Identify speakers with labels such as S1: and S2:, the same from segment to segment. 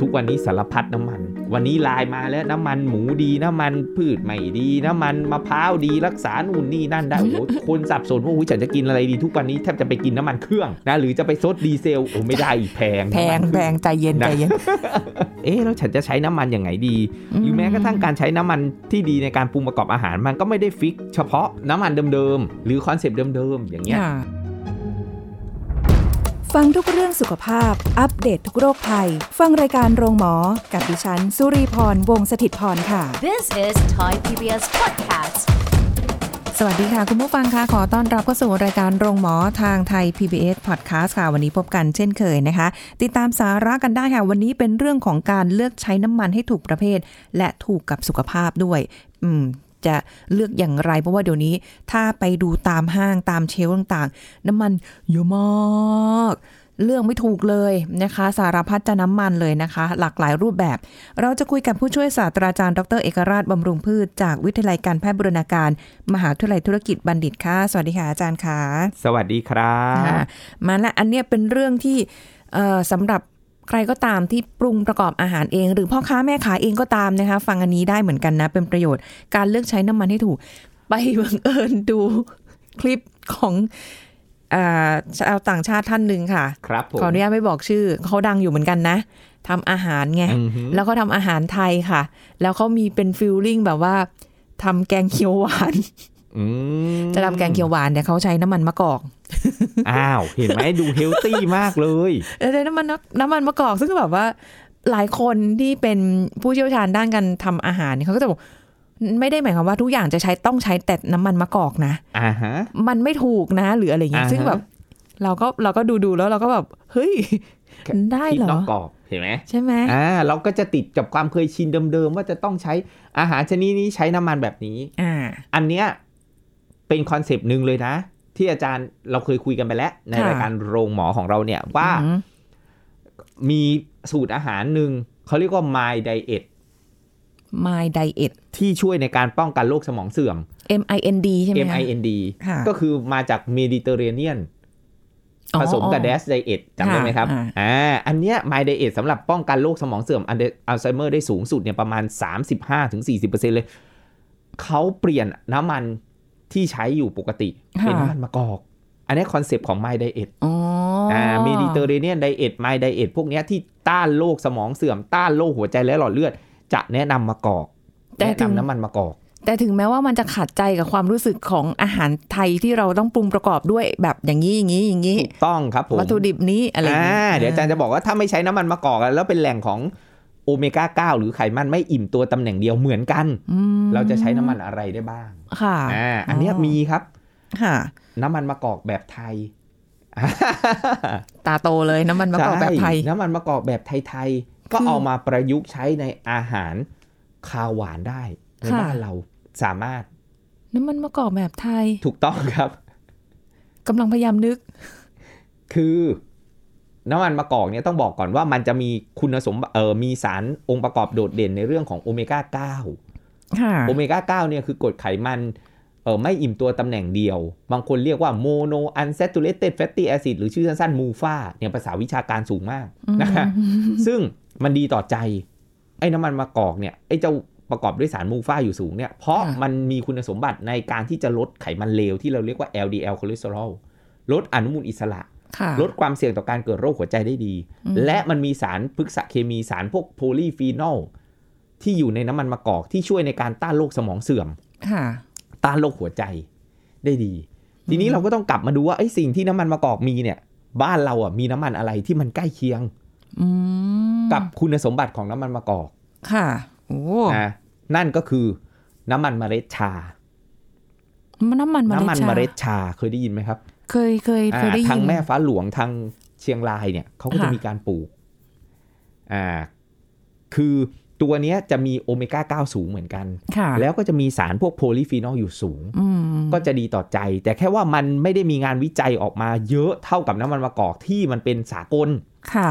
S1: ทุกวันนี้สารพัดน้ำมัน วันนี้ไลน์มาแล้วน้ำมันหมูดีน้ำมันพืชไม่ดี น้ำมันมะพร้าวดีรักษานู่นนี่นั่นได้ โอ้โห คนสับสนว่าอุ้ยฉันจะกินอะไรดีทุกวันนี้แทบจะไปกินน้ำมันเครื่องนะหรือจะไปซดดีเซลโอ้ไม่ได้อีกแพง
S2: แพง
S1: น้ำมันเค
S2: แพ
S1: รื่อง
S2: ใจเย็นใจเย็น
S1: เอ๊ะแล้วฉันจะใช้น้ำมันอย่างไงดี
S2: อืม
S1: หรือแม้กระทั่งการใช้น้ำมันที่ดีในการปรุงประกอบอาหารมันก็ไม่ได้ฟิก เฉพาะน้ำมันเดิมๆหรือคอนเซปต์เดิมๆอย่างเงี้ย
S2: ค่ะ
S3: ฟังทุกเรื่องสุขภาพ อัปเดตทุกโรคภัย ฟังรายการโรงหมอ กับดิฉัน สุรีพร วงศิตพรค่ะ
S4: This is Thai PBS podcast.
S2: สวัสดีค่ะ คุณผู้ฟังค่ะ ขอต้อนรับเข้าสู่รายการโรงหมอทางไทย PBS Podcast ค่ะ วันนี้พบกันเช่นเคยนะคะ ติดตามสาระกันได้ค่ะ วันนี้เป็นเรื่องของการเลือกใช้น้ำมันให้ถูกประเภท และถูกกับสุขภาพด้วย อืม จะเลือกอย่างไร เพราะว่าเดี๋ยวนี้ ถ้าไปดูตามห้างตามเชลฟ์ต่างๆ น้ำมันเยอะมาก เลือกไม่ถูกเลยนะคะ สารพัดจะน้ำมันเลยนะคะ หลากหลายรูปแบบ เราจะคุยกับผู้ช่วยศาสตราจารย์ดรเอกราชบำรุงพืช จากวิทยาลัยการแพทย์บูรณาการ มหาวิทยาลัยธุรกิจบัณฑิตค่ะ สวัสดีค่ะอาจารย์ค่ะ
S1: สวัสดีครับ
S2: ค่ะมาละอันเนี้ยเป็นเรื่องที่เอ่อสำหรับใครก็ตามที่ปรุงประกอบอาหารเอง หรือพ่อค้าแม่ขายเองก็ตามนะคะ ฟังอันนี้ได้เหมือนกันนะ เป็นประโยชน์การเลือกใช้น้ำมันให้ถูก ไปบังเอิญดู คลิปของอาชาวต่างชาติท่านหนึ่งค่ะ
S1: ครับผม
S2: ขออนุญาตไม่บอกชื่อ เขาดังอยู่เหมือนกันนะทำอาหารไง
S1: อือฮึ
S2: แล้วเขาทำอาหารไทยค่ะ แล้วเขามีเป็นฟิลลิ่งแบบว่าทำแกงเขียวหวาน
S1: อืม
S2: จะทำแกงเขียวหวานเนี่ยเขาใช้น้ำมันมะกอก
S1: อ้าว เห็นไหมดูเฮลตี้มากเลย
S2: แล้วใช้น้ำมันน้ำมันมะกอกซึ่งแบบว่าหลายคนที่เป็นผู้เชี่ยวชาญด้านการทำอาหารเนี่ยเขาก็จะบอกไม่ได้หมายความว่าทุกอย่างจะใช้ต้องใช้แต่น้ำมันมะกอกนะ
S1: อ่าฮะ
S2: มันไม่ถูกนะหรืออะไรอย่างเงี้ย
S1: อ่าฮะ
S2: ซึ่งแบบเราก็เราก็ดูดูๆแล้วเราก็แบบเฮ้ยได้
S1: คิด
S2: เหร
S1: น
S2: อ
S1: อกกรอบเห็นไหม
S2: ใช่ไหม
S1: อ่าเราก็จะติดกับความเคยชินเดิมๆ ว่าจะต้องใช้อาหารชนิดนี้ใช้น้ำมันแบบนี้
S2: อ่า
S1: อันเนี้ยเป็นคอนเซปต์หนึ่งเลยนะ ที่อาจารย์เราเคยคุยกันไปแล้ว ใน
S2: ค่ะ
S1: รายการโรงหมอของเราเนี่ยว่า
S2: อืม
S1: มีสูตรอาหารหนึ่งเขาเรียกว่า My Diet
S2: มายไดเอท
S1: ที่ช่วยในการป้องกันโรคสมองเสื่อม
S2: M I N D ใช่ไหมคะ
S1: MIND
S2: ค่ะ
S1: ก็คือมาจาก Mediterranean
S2: อ๋อ
S1: ผสมกับ
S2: อ๋อ
S1: Dash Diet จำได้ไหมครับ
S2: ค่ะอ่า
S1: อ่า อันเนี้ย My Diet สำหรับป้องกันโรคสมองเสื่อมอันเดอัลไซเมอร์ได้สูงสุดเนี่ยประมาณ 35-40%เลย เขาเปลี่ยนน้ำมันที่ใช้อยู่ปกติ เป็นน้ำมันมะกอก อันเนี้คอนเซปต์ของ My Diet
S2: อ๋ออ่า
S1: อ่า Mediterranean Diet My Diet พวกเนี้ยที่ต้านโรคสมองเสื่อม ต้านโรคหัวใจและหลอดเลือด จะแนะนำมะกอก
S2: แต่
S1: แนะ
S2: ถึง
S1: นำน้ำมันมะกอก
S2: แต่ถึงแม้ว่ามันจะขัดใจกับความรู้สึกของอาหารไทยที่เราต้องปรุงประกอบด้วยแบบอย่างนี้อย่างนี้อย่างนี้
S1: ถูกต้องครับผม
S2: วัตถุดิบนี้อะไรอย่างนี้
S1: อ่าเดี๋ยวอาจารย์จะบอกว่าถ้าไม่ใช้น้ำมันมะกอกอะแล้วเป็นแหล่งของโอเมก้า 9 หรือไขมันไม่อิ่มตัวตำแหน่งเดียวเหมือนกัน
S2: อืม
S1: เราจะใช้น้ำมันอะไรได้บ้าง
S2: ค่ะ
S1: อ่าอันเนี้ยมีครับ
S2: ค่ะ
S1: น้ำมันมะกอกแบบไทย
S2: ตาโตเลยน้ำมันมะกอกแบบไทย
S1: ใช่น้ำมันมะกอกแบบไทยๆก็
S2: คือ
S1: เอามาประยุกต์ใช้ในอาหารคาวหวานได้ใน
S2: ค่ะ
S1: บ้านเราสามารถ
S2: น้ำมันมะกอกแบบไทย
S1: ถูกต้องครับ
S2: กำลังพยายามนึก
S1: คือน้ำมันมะกอกเนี่ยต้องบอกก่อนว่ามันจะมีคุณสมบัติเออมีสารองค์ประกอบโดดเด่นในเรื่องของโอเมก้า 9
S2: ค่ะ
S1: โอเมก้า 9 เนี่ยคือกรดไขมันเออไม่อิ่มตัวตำแหน่งเดียว บางคนเรียกว่าโมโนอัน a t u r a t e d fatty acid หรือชื่อสั้นๆ มูฟาเนี่ยภาษาวิชาการสูงมากนะฮะซึ่งมันดีต่อใจ ไอ้น้ำมันมะกอกเนี่ย ไอ้เจ้าประกอบด้วยสารมูฟาอยู่สูงเนี่ย เพราะมันมีคุณสมบัติในการที่จะลดไขมันเลวที่เราเรียกว่า LDL คอเลสเตอรอลลดอนุมูลอิสระ
S2: ค่ะ
S1: ลดความเสี่ยงต่อการเกิดโรคหัวใจได้ดี
S2: อืม
S1: และมันมีสารพฤกษเคมีสารพวกโพลีฟีนอลที่อยู่ในน้ำมันมะกอกที่ช่วยในการต้านโรคสมองเสื่อม
S2: ค่ะ
S1: ต้านโรคหัวใจได้ดี ทีนี้เราก็ต้องกลับมาดูว่าไอ้สิ่งที่น้ำมันมะกอกมีเนี่ย บ้านเราอ่ะมีน้ำมันอะไรที่มันใกล้เคียง
S2: อืม
S1: กับคุณสมบัติของน้ำมันมะกอก
S2: ค่ะโอ้
S1: นะนั่นก็คือน้ำมันเมล็ดชา
S2: น้ำมัน
S1: น้ำมันเมล็
S2: เล็
S1: ดชาเคยได้ยินไหมครับ
S2: เคยเคยเคย
S1: อ่า
S2: ได้ยิน
S1: ทางแม่ฟ้าหลวงทางเชียงรายเนี่ยเขาก็จะ
S2: ค่ะ
S1: มีการปลูกอ่าคือตัวเนี้ยจะมีโอเมก้า 9 สูงเหมือนกัน
S2: ค่ะ
S1: แล้วก็จะมีสารพวกโพลีฟีนอลอยู่สูง
S2: อืม
S1: ก็จะดีต่อใจ แต่แค่ว่ามันไม่ได้มีงานวิจัยออกมาเยอะเท่ากับน้ำมันมะกอกที่มันเป็นสากล
S2: ค่ะ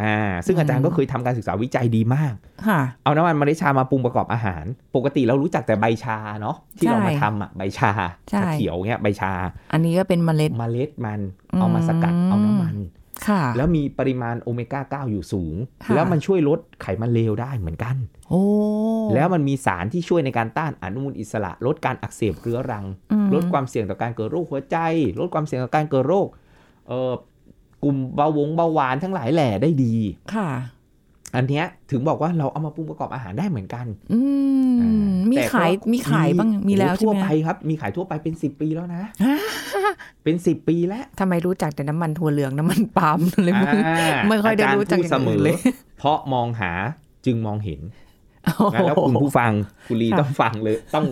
S1: อ่าซึ่งอาจารย์ก็เคยทำการศึกษาวิจัยดีมาก
S2: ค่ะ
S1: เอาน้ำมันเมล็ดชามาปรุงประกอบอาหาร ปกติเรารู้จักแต่ใบชาเนาะที่
S2: ใช่
S1: เรามาทำอ่ะใบชา
S2: ใช่
S1: ชาเขียวเงี้ยใบชา
S2: อันนี้ก็เป็นเมล็ด
S1: เมล็ดมัน
S2: อืม
S1: เอามาสกัดเอาน้ำมัน
S2: ค่ะ
S1: แล้วมีปริมาณโอเมก้า 9 อยู่สูง
S2: ค่ะ
S1: แล้วมันช่วยลดไขมันเลวได้เหมือนกัน
S2: โอ้
S1: แล้วมันมีสารที่ช่วยในการต้านอนุมูลอิสระ ลดการอักเสบเรื้อรัง
S2: อืม
S1: ลดความเสี่ยงต่อการเกิดโรคหัวใจ ลดความเสี่ยงต่อการเกิดโรคเอ่อกลุ่มเบาหวงเบาหวานทั้งหลายแหล่ได้ดี
S2: ค่ะ
S1: อันเนี้ยถึงบอกว่าเราเอามาปรุงประกอบอาหารได้เหมือนกัน
S2: อื
S1: อ่
S2: มามี
S1: แต่ก็
S2: ขายมีขายบ้างมีแล้ว
S1: โอ้โห
S2: ใช่
S1: ทั่ว
S2: ไหม
S1: ไปครับ มีขายทั่วไปเป็น 10 ปี แล้วนะ เป็น 10 ปีแล้ว
S2: ทำไมรู้จักแต่น้ำมันถั่วเหลืองน้ำมันปาล์มอะไรพวกนี้
S1: า
S2: ไม่ค่อยได้
S1: าา
S2: รู้จัก
S1: พูดเสม
S2: อย่างอื่น
S1: อ
S2: เลย
S1: เพราะมองหาจึงมองเห็น
S2: โอ้โห
S1: นะแล้วคุณผู้ฟังคุณลี
S2: ค่ะ
S1: ต้องฟังเลย ต้อง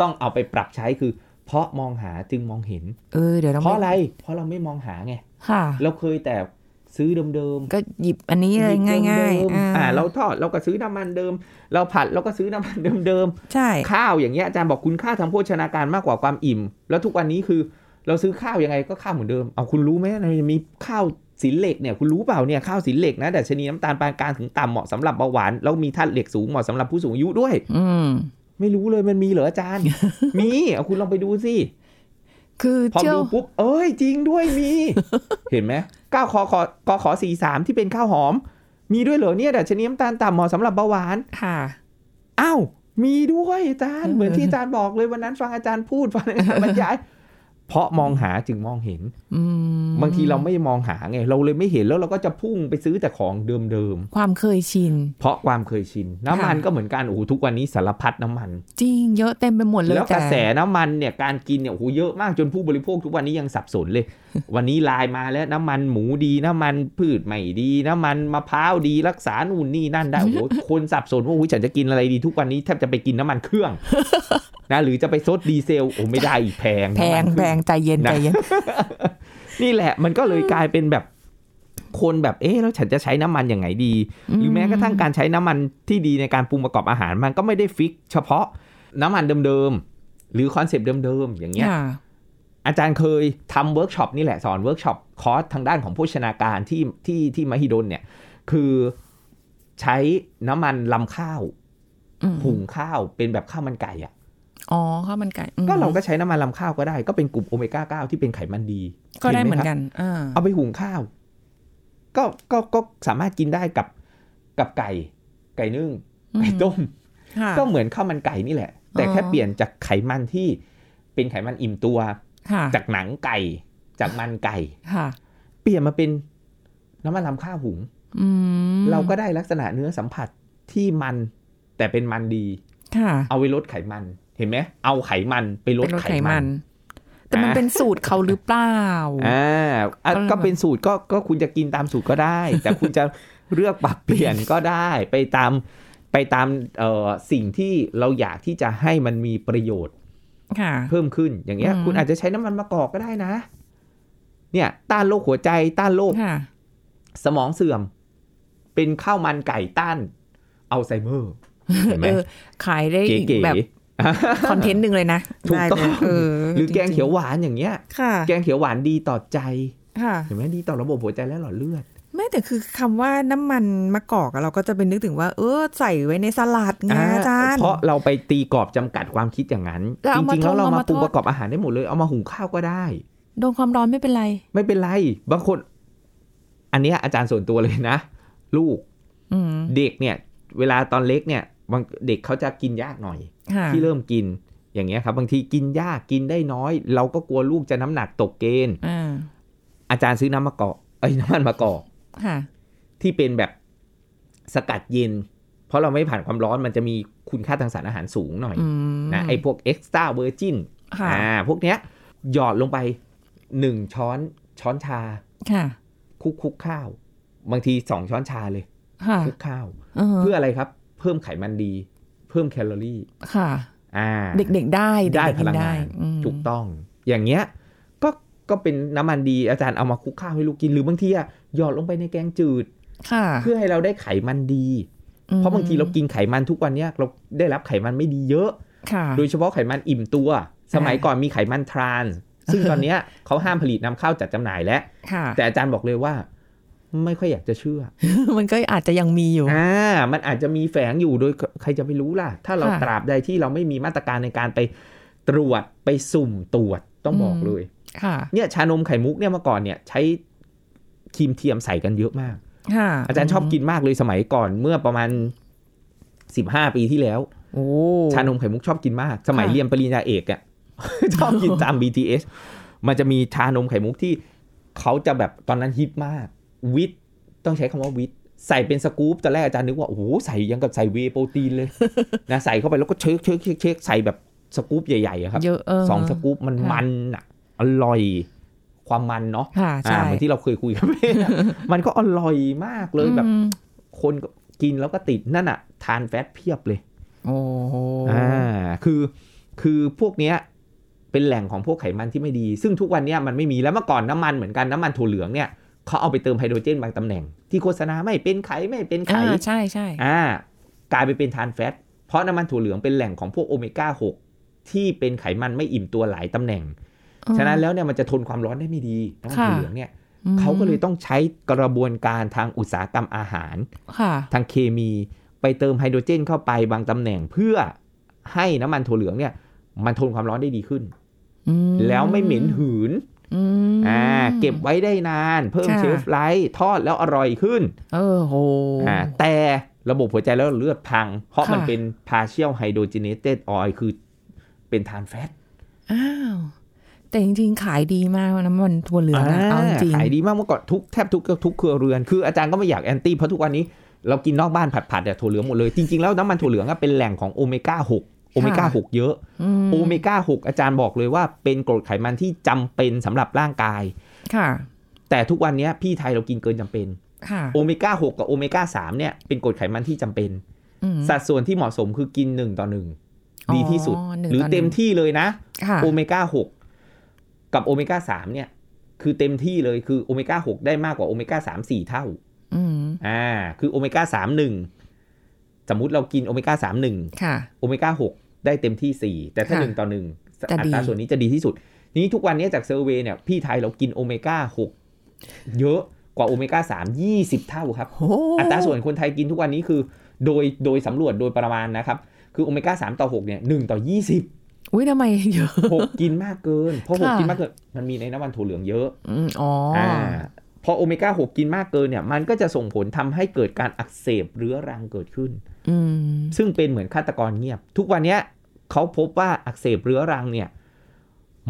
S1: ต้องเอาไปปรับใช้คือ เพราะมองหาจึงมองเห็น
S2: เออเดี๋ยวเรา
S1: เพราะอะไร เพราะเราไม่มองหาไง
S2: ค่ะ
S1: เราเคยแต่ซื้อเดิมๆ
S2: ก็หยิบอันนี้เลยง่าย
S1: เดิม
S2: ๆ
S1: ๆอ่าเราทอดเราก็ซื้อน้ำมันเดิม เราผัดเราก็ซื้อน้ำมันเดิม
S2: ใช่
S1: ๆข้าวอย่างเงี้ยอาจารย์บอกคุณค่าทางโภชนาการมากกว่าความอิ่ม แล้วทุกวันนี้คือ เราซื้อข้าวยังไงก็ข้าวเหมือนเดิมเอาคุณรู้ไหมมันมีข้าวสินเหล็กเนี่ยคุณรู้เปล่าเนี่ยข้าวสินเหล็กนะแต่ชนีน้ำตาลปานกลางถึงต่ำเหมาะสำหรับเบาหวานแล้วมีธาตุเหล็กสูงเหมาะสำหรับผู้สูงอายุด้วย
S2: อืม
S1: ไม่รู้เลยมันมีเหรออา จารย์ มีเอาคุณลองไปดูสิ
S2: คือ
S1: พอ
S2: เจ้า
S1: ดูปุ๊บ เอ้ย จริงด้วยมี เห็นไหมก้าวคอคอกอขอสี่สามที่เป็นข้าวหอม มีด้วยเหรอเนี่ยดัชนีน้ำตาลต่ำเหมาะสำหรับเบาหวาน
S2: ค่ะ
S1: อ้าวมีด้วยอาจารย์ เหมือนที่อาจารย์บอกเลยวันนั้นฟังอาจารย์พูด ฟังอาจารย์บรรยาย เพราะมองหาจึงมองเห็น
S2: อืม
S1: บางทีเราไม่มองหาไง เราเลยไม่เห็นแล้วเราก็จะพุ่งไปซื้อแต่ของเดิม
S2: ความเคยชิน
S1: ๆเพราะความเคยชิน น้ำมัน
S2: ค่ะ
S1: ก็เหมือนกันโอ้โหทุกวันนี้สารพัดน้ำมัน
S2: จริงเยอะเต็มไปหมดเลย
S1: แล้วกระแส
S2: ต่
S1: น้ำมันเนี่ยการกินเนี่ยโอ้โหเยอะมากจนผู้บริโภคทุกวันนี้ยังสับสนเลย วันนี้ไลน์มาแล้วน้ำมันหมูดีน้ำมันพืชไม่ดี น้ำมันมะพร้าวดีรักษานู่นนี่นั่นได้โอ้โห คนสับสนว่าโอ้ยฉันจะกินอะไรดีทุกวันนี้แทบจะไปกินน้ำมันเครื่อง นะหรือจะไปซดดีเซลโอ้ไม่ได้อีกแพง
S2: แพง
S1: น้ำมันเค
S2: แพ
S1: รื่อง
S2: งใจเย็น
S1: นะ
S2: ใจเย็น
S1: นี่แหละมันก็เลยกลายเป็นแบบ คนแบบเอ๊ะแล้วฉันจะใช้น้ำมันยังไงดี หรือแม้กระทั่งการใช้น้ำมันที่ดีในการปรุงประกอบอาหาร มันก็ไม่ได้ฟิก เฉพาะน้ำมันเดิมๆหรือคอนเซปต์เดิมๆอย่างเงี้ย
S2: ค่ะ
S1: อาจารย์เคยทำเวิร์กช็อปนี่แหละสอนเวิร์กช็อปคอร์สทางด้านของโภชนาการที่ที่ที่มหิดลเนี่ย คือใช้น้ำมันลำข้าว
S2: อืม
S1: หุงข้าวเป็นแบบข้าวมันไก่อะ
S2: อ๋อข้าวมันไก่อืม
S1: ก็เราก็ใช้น้ำมันลำข้าวก็ได้ ก็เป็นกลุ่มโอเมก้า 9 ที่เป็นไขมันดี
S2: ก็ได้เหมือน
S1: ห็ครับ
S2: กันอ่า
S1: เอาไปหุงข้าว ก็ก็ก็สามารถกินได้กับกับไก่ ไก่นึ่งไก่ต้ม
S2: ค่ะ
S1: ก็เหมือนข้าวมันไก่นี่แหละ แต่
S2: อ๋อ
S1: แค่เปลี่ยนจากไขมันที่เป็นไขมันอิ่มตัว
S2: ค่ะ
S1: จากหนังไก่ จากมันไก่
S2: ค่ะ
S1: เปลี่ยนมาเป็นน้ำมันลำข้าวหุง
S2: อืม
S1: เราก็ได้ลักษณะเนื้อสัมผัสที่มัน แต่เป็นมันดี
S2: ค่ะ
S1: เอาไปลดไขมัน เห็นไหมเอาไขมันไปลด
S2: เป็นรส
S1: ไข
S2: ไข
S1: มั
S2: มัน น แต่มัน
S1: อ่ะ
S2: เป็นสูตรเขาหรือเปล่า
S1: อ่าอ่ะ
S2: ก็เลยแบบ
S1: ก็เป็นสูตรก็ก็คุณจะกินตามสูตรก็ ได้ แต่คุณจะเลือกปรับเปลี่ยนก็ได้ ไปตามไปตามเอ่อสิ่งที่เราอยากที่จะให้มันมีประโยชน์
S2: ค่ะ
S1: เพิ่มขึ้นอย่างเงี้ย
S2: อืม
S1: คุณอาจจะใช้น้ำมันมะกอกก็ได้นะ เนี่ยต้านโรคหัวใจต้านโรค
S2: ค่ะ
S1: สมองเสื่อม เป็นข้าวมันไก่ต้านอัลไซเมอร์เห็นไหม
S2: เออ ขายได้อีก
S1: เก๋ๆ
S2: แบบ คอนเทนต์หนึ่งเลยนะ
S1: ถูกต้อง
S2: ได้เลยเออ
S1: หรือแกง
S2: จริๆ
S1: เขียวหวานอย่างเงี้ย
S2: ค่ะ
S1: แกงเขียวหวานดีต่อใจ
S2: ค่ะ
S1: เห็นไหมดีต่อระบบหัวใจและหลอดเลือด
S2: ไม่แต่คือคำว่าน้ำมันมะกอกอะเราก็จะเป็นนึกถึงว่า เออใส่ไว้ในสลัดไง
S1: อ่า
S2: อาจารย์
S1: เพราะเราไปตีกรอบจำกัดความคิดอย่างนั้น
S2: แล้ว
S1: จ
S2: เอามา
S1: ริงๆ แล้ว
S2: ทง
S1: เรามา
S2: เอามา
S1: ปรุง
S2: ทอด
S1: ประกอบอาหารได้หมดเลย เอามาหุงข้าวก็ได้
S2: โดนความร้อนไม่เป็นไร
S1: ไม่เป็นไร บางคน อันเนี้ยอาจารย์ส่วนตัวเลยนะ ลูก
S2: อืม
S1: เด็กเนี่ย เวลาตอนเล็กเนี่ยบางเด็กเขาจะกินยากหน่อย
S2: ค่ะ
S1: ที่เริ่มกินอย่างเงี้ยครับ บางทีกินยากกินได้น้อย เราก็กลัวลูกจะน้ำหนักตกเกณฑ์
S2: อ่า
S1: อาจารย์ซื้อน้ำมะกอกไอ้ยน้ำมันมะกอก
S2: ค่ะ
S1: ที่เป็นแบบสกัดเย็น เพราะเราไม่ผ่านความร้อนมันจะมีคุณค่าทางสารอาหารสูงหน่อย
S2: อืม
S1: นะไอ้พวกเอ็กซ์ต้าเวอร์จิน
S2: ค่ะ
S1: อ่าพวกเนี้ยหยอดลงไปหนึ่งช้อนช้อนชา
S2: ค่ะ
S1: คลุกคลุกข้าว บางทีสองช้อนชาเลย
S2: ค่ะ
S1: คลุกข้าว
S2: เออ
S1: เพื่ออะไรครับ เพิ่มไขมันดี เพิ่มแคลอรี่
S2: ค่ะ
S1: อ่า
S2: เด็กๆได้
S1: ได้พ
S2: เกๆกิ
S1: ลังงาน
S2: อืม
S1: ถูกต้อง อย่างเงี้ย ก็ก็เป็นน้ำมันดีอาจารย์เอามาคลุกข้าวให้ลูกกินหรือบางทีอะหยอดลงไปในแกงจืด
S2: ค่ะ
S1: เพื่อให้เราได้ไขมันดี เพราะบางทีเรากินไขมันทุกวันเนี้ยเราได้รับไขมันไม่ดีเยอะ
S2: ค่ะ
S1: โดยเฉพาะไขมันอิ่มตัว สมัยก่อนมีไขมันทรานส์ซึ่งตอนเนี้ยเขาห้ามผลิตนำเข้าจัดจำหน่ายแล้ว
S2: ค่ะ
S1: แต่อาจารย์บอกเลยว่า ไม่ค่อยอยากจะเชื่อ
S2: มันก็อาจจะยังมีอยู่
S1: อ่า มันอาจจะมีแฝงอยู่โดยใครจะไปรู้ล่ะ ถ้าเรา
S2: ค่ะ
S1: ตราบใดที่เราไม่มีมาตรการในการไปตรวจไปสุ่มตรวจต้องบอก
S2: อืม
S1: เลย
S2: ค่ะ
S1: เนี่ยชานมไข่มุกเนี่ยเมื่อก่อนเนี่ยใช้ครีมเทียมใส่กันเยอะมาก
S2: ค่ะ
S1: อาจารย์ชอบกินมากเลยสมัยก่อนเมื่อประมาณ 15 ปีที่แล้ว
S2: โอ้
S1: ชานมไข่มุกชอบกินมาก สมัย
S2: ค่ะ
S1: เรียนปริญญาเอกอะ ชอบกินตาม BTS มันจะมีชานมไข่มุกที่เขาจะแบบตอนนั้นฮิตมาก วิทต้องใช้คำว่าวิทใส่เป็นสกู๊ปตอนแรกอาจารย์นึกว่า โอ้โห ใส่ยังกับใส่เวย์โปรตีนเลย นะใส่เข้าไปแล้วก็เชคเชคเชคเชคใส่แบบสกู๊ปใหญ่ๆอะครับ
S2: เยอะเออ
S1: สองสกู๊ปมัน
S2: ค่ะ
S1: มันอะอร่อยความมันเนาะ
S2: ค่ะ
S1: อ่า
S2: ใช่
S1: เหมือนที่เราเคยคุยกัน มันก็อร่อยมากเลยแบบ
S2: อืม
S1: คนก็กินแล้วก็ติดนั่นอะทานแฟตเพียบเลย
S2: โอ้โห
S1: อ่าคือคือพวกเนี้ยเป็นแหล่งของพวกไขมันที่ไม่ดี ซึ่งทุกวันเนี้ยมันไม่มีแล้วเมื่อก่อนน้ำมันเหมือนกันน้ำมันถั่วเหลืองเนี่ยเขาเอาไปเติมไฮโดรเจนบางตำแหน่ง ที่โฆษณาไม่เป็นไขไม่เป็นไข
S2: อ่าใช่ใช่
S1: อ่ากลายไปเป็นทานแฟตเพราะน้ำมันถั่วเหลืองเป็นแหล่งของพวกโอเมก้า6ที่เป็นไขมันไม่อิ่มตัวหลายตำแหน่ง ฉะนั้นแล้วเนี่ยมันจะทนความร้อนได้ไม่ดีน้ำมัน
S2: ค่ะ
S1: ถั่วเหลืองเนี่ย
S2: อืม
S1: เขาก็เลยต้องใช้กระบวนการทางอุตสาหกรรมอาหาร
S2: ค่ะ
S1: ทางเคมีไปเติมไฮโดรเจนเข้าไปบางตำแหน่งเพื่อให้น้ำมันถั่วเหลืองเนี่ย มันทนความร้อนได้ดีขึ้น
S2: อืม
S1: แล้วไม่เหม็นหืน
S2: อืม
S1: อ่าเก็บไว้ได้นาน เพิ่ม
S2: ค่ะ
S1: เชฟไลท์ทอดแล้วอร่อยขึ้น
S2: เออโห
S1: อ่าแต่ระบบหัวใจแล้วเลือดพัง เพราะ
S2: ค่ะ
S1: มันเป็น partial hydrogenated oil คือเป็นทานแฟต
S2: อ้าว แต่จริงๆ ขายดีมากน้ำมันถั่วเหลืองนะเอาจริง
S1: ขายดีมากเมื่อก่อนทุกแทบทุกทุกครัวเรือนคืออาจารย์ก็ไม่อยากแอนตี้เพราะทุกวันนี้เรากินนอกบ้านผัดๆเนี่ยถั่วเหลืองหมดเลยจริงๆแล้วน้ำมันถั่วเหลืองอะเป็นแหล่งของโอเมก้า6โอเมก้า6เยอะ
S2: อืม
S1: โอเมก้า 6 อาจารย์บอกเลยว่าเป็นกรดไขมันที่จำเป็นสำหรับร่างกาย
S2: ค่ะ
S1: แต่ทุกวันเนี้ยพี่ไทยเรากินเกินจำเป็น
S2: ค่ะ
S1: โอเมก้า 6 กับโอเมก้า 3 เนี่ยเป็นกรดไขมันที่จำเป็น
S2: อืม
S1: สัดส่วนที่เหมาะสมคือกิน 1 ต่อ 1 ดีที่สุด
S2: อ๋อหนึ่ง
S1: หรือ
S2: ต่อหนึ่ง
S1: เต็มที่เลยนะ
S2: ค่ะ
S1: โอเมก้า 6 กับโอเมก้า 3 เนี่ย คือเต็มที่เลยคือโอเมก้า 6 ได้มากกว่าโอเมก้า 3 4 เท่า
S2: อืม
S1: อ่า คือโอเมก้า 3 1 สมมุติเรากินโอเมก้า 3 1
S2: ค่ะ
S1: โอเมก้า 6 ได้เต็มที่ 4 แต่ถ้า
S2: ค่ะ
S1: 1 ต่อ 1
S2: จะ
S1: อั
S2: ดี
S1: ตราส่วนนี้จะดีที่สุด ทีนี้ทุกวันนี้จากเซอร์เวย์เนี่ย พี่ไทยเรากินโอเมก้า 6 เยอะกว่าโอเมก้า 3 20 เท่าครับ
S2: โอ้
S1: อัตราส่วนคนไทยกินทุกวันนี้คือ โดยโดยสำรวจโดยประมาณนะครับ คือโอเมก้า 3 ต่อ 6 เนี่ย 1 ต่อ 20
S2: อุ้ยทำไมเยอะ
S1: 6 กินมากเกิน เพราะ 6
S2: ค่ะ
S1: กินมากเกิน มันมีในน้ำมันถั่วเหลืองเยอะ
S2: อืมอ๋ออ
S1: าพอโอเมก้า 6 กินมากเกินเนี่ย มันก็จะส่งผลทำให้เกิดการอักเสบเรื้อรังเกิดขึ้น
S2: อืม
S1: ซึ่งเป็นเหมือนฆาตกรเงียบ ทุกวันเนี้ยเขาพบว่าอักเสบเรื้อรังเนี่ย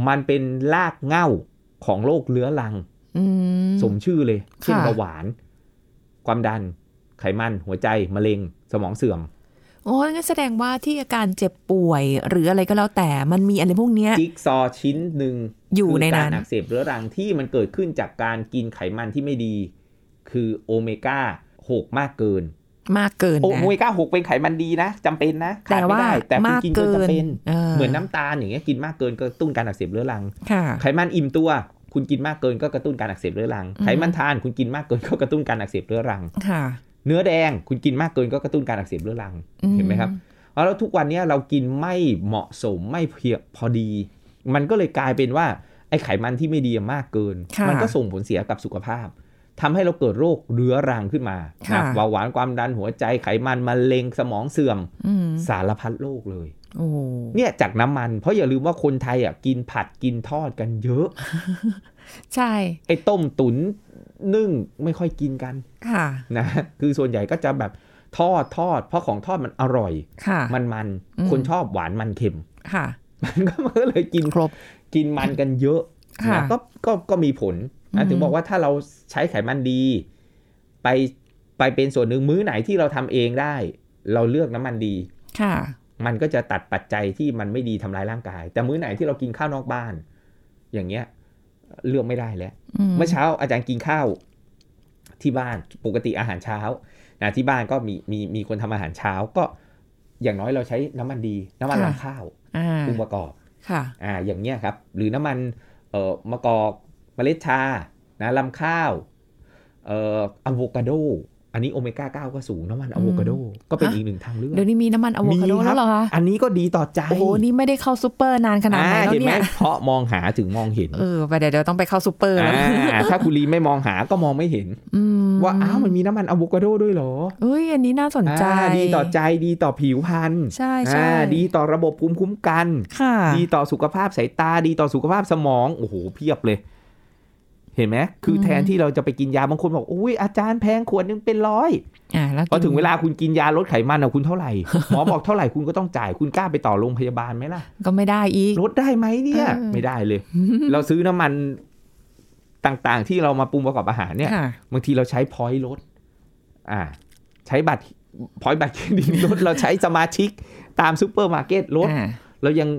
S1: มันเป็นรากเหง้าของโรคเรื้อรัง
S2: อืม
S1: สมชื่อเลย เช่น
S2: ค่ะ
S1: เบาหวาน ความดัน ไขมัน หัวใจ มะเร็ง สมองเสื่อม
S2: โอ้ยงั้นแสดงว่าที่อาการเจ็บป่วย หรืออะไรก็แล้วแต่มันมีอะไรพวกเนี้ย
S1: จิ๊กซอว์ชิ้นหนึ่ง
S2: อยู่ใน
S1: คืกา
S2: นั้น
S1: รอักเสบเรื้อรังที่มันเกิดขึ้นจากการกินไขมันที่ไม่ดี คือโอเมก้า6มากเกิน
S2: มากเกิน
S1: โอ
S2: นะ
S1: โอเมก้า6เป็นไขมันดีนะจำเป็นนะขดไม่ได้
S2: แต่
S1: แต่
S2: ว่า
S1: คุณกินเกินจำเป็น
S2: มากเกินเออ
S1: เหมือนน้ำตาลอย่างเงี้ยกินมากเกินก็กระตุ้นการอักเสบเรื้อรัง
S2: ค่ะ
S1: ไขมันอิ่มตัว คุณกินมากเกินก็กระตุ้นการอักเสบเรื้อรัง
S2: อืม
S1: ไขมันทานคุณกินมากเกินก็กระตุ้นการอักเสบเรื้อรัง
S2: ค่ะ
S1: เนื้อแดงคุณกินมากเกินก็กระตุ้นการอักเสบเรื้อรัง
S2: อืม
S1: เห็นไหมครับแล้วทุกวันเนี้ยเรากินไม่เหมาะสมไม่เพียงพอดี มันก็เลยกลายเป็นว่าไอ้ไขมันที่ไม่ดีมากเกิน
S2: ค่ะ
S1: มัก็ส่งผลเสียกับสุขภาพทำให้เราเกิดโรคเรื้อรังขึ้นมา
S2: ค่ะ
S1: นะเบาหวานความดันหัวใจไขมันมะเร็งสมองเสื่อม
S2: อืม
S1: สารพัดโรคเลย
S2: โอ้โห
S1: เนี่ยจากน้ำมัน เพราะอย่าลืมว่าคนไทยอ่ะกินผัดกินทอดกันเยอะ
S2: ใช่
S1: ไอ้ต้มตุนนึ่งไม่ค่อยกินกัน
S2: ค่ะ
S1: นะ คือส่วนใหญ่ก็จะแบบทอดทอด เพราะของทอดมันอร่อย
S2: ค่ะ
S1: มันมัน
S2: อืม
S1: คนชอบหวานมันเค็ม
S2: ค่ะ
S1: มันก็มันก็เลยกิน
S2: ครบ
S1: กินมันกันเยอะ
S2: ค่ะ
S1: นะก็ก็ก็มีผล
S2: อื
S1: นะ
S2: ม
S1: ถึงบอกว่าถ้าเราใช้ไขมันดี ไปไปเป็นส่วนหนึ่งมื้อไหนที่เราทำเองได้ เราเลือกน้ำมันดี
S2: ค่ะ
S1: มันก็จะตัดปัจจัยที่มันไม่ดีทำร้ายร่างกาย แต่มื้อไหนที่เรากินข้าวนอกบ้าน อย่างเงี้ยเลือกไม่ได้แล้ว
S2: อืม
S1: เมื่อเช้าอาจารย์กินข้าวที่บ้านปกติอาหารเช้านะที่บ้านก็มีมีมีคนทำอาหารเช้าก็อย่างน้อยเราใช้น้ำมันดี น้ำมันรางข้าว
S2: อ่า
S1: องค์ประกอบ
S2: ค่ะ
S1: อ่าอย่างเงี้ยครับ หรือน้ำมันเอ่อมะกอกเมล็ดชานะลำข้าวเอ่ออะโวคาโด อันนี้โอเมก้า 9 ก็สูงน้ำมันอะโวคาโด ก็เป็นอีกหนึ่งทางเลือก
S2: เดี๋ยวนี้มีน้ำมันอะโวคาโด
S1: มีค
S2: แล้
S1: รับ
S2: วเหรอคะ
S1: อันนี้ก็ดีต่อใจ
S2: โอ้โห นี่ไม่ได้เข้าซูเปอร์นานขนาดไหน
S1: อ่
S2: แล้ว
S1: เห็นไหม
S2: เนี่ย
S1: เพราะมองหาถึงมองเห็น
S2: เออไปเดี๋ยวเดี๋ยวต้องไปเข้าซูเปอร์แล้ว
S1: อ่าถ้าคุณลีไม่มองหาก็มองไม่เห็น
S2: อืม
S1: ว่าอ้าวมันมีน้ำมันอะโวคาโดด้วยเหรอ
S2: เอ้ยอันนี้น่าสนใจ
S1: อ่าดีต่อใจดีต่อผิวพรรณ
S2: ใช่ใช่
S1: อ่าดีต่อระบบภูมิคุ้มกัน
S2: ค่ะ
S1: ดีต่อสุขภาพสายตาดีต่อสุขภาพสมอง โอ้โหเพียบเลย เห็นไหมคืออแทนที่เราจะไปกินยาบางคนบอกอุ้ยอาจารย์แพงขวดหนึงเป็นร้อย
S2: อ่าแล้ว
S1: พอถึงเวลาคุณกินยาลดไขมันอะคุณเท่าไห ร่ หมอบอกเท่าไหร่คุณก็ต้องจ่ายคุณกล้าไปต่อโรงพยาบาลไหมล่ะ
S2: ก็ไม่ได้อีก
S1: ลดได้ไหมเนี่ย
S2: เออ
S1: ไม่ได้เลย เราซื้อน้ำมันต่างๆ ที่เรามาปรุงประกอบอาหารเนี่ย
S2: ค่ะ
S1: บางทีเราใช้พอยต์ลด อ่า ใช้บัตรพอยต์ บัตรเครดิตลด เราใช้สมาชิกตามซูเปอร์มาร์เก็ตลด
S2: อ่า
S1: เรายัง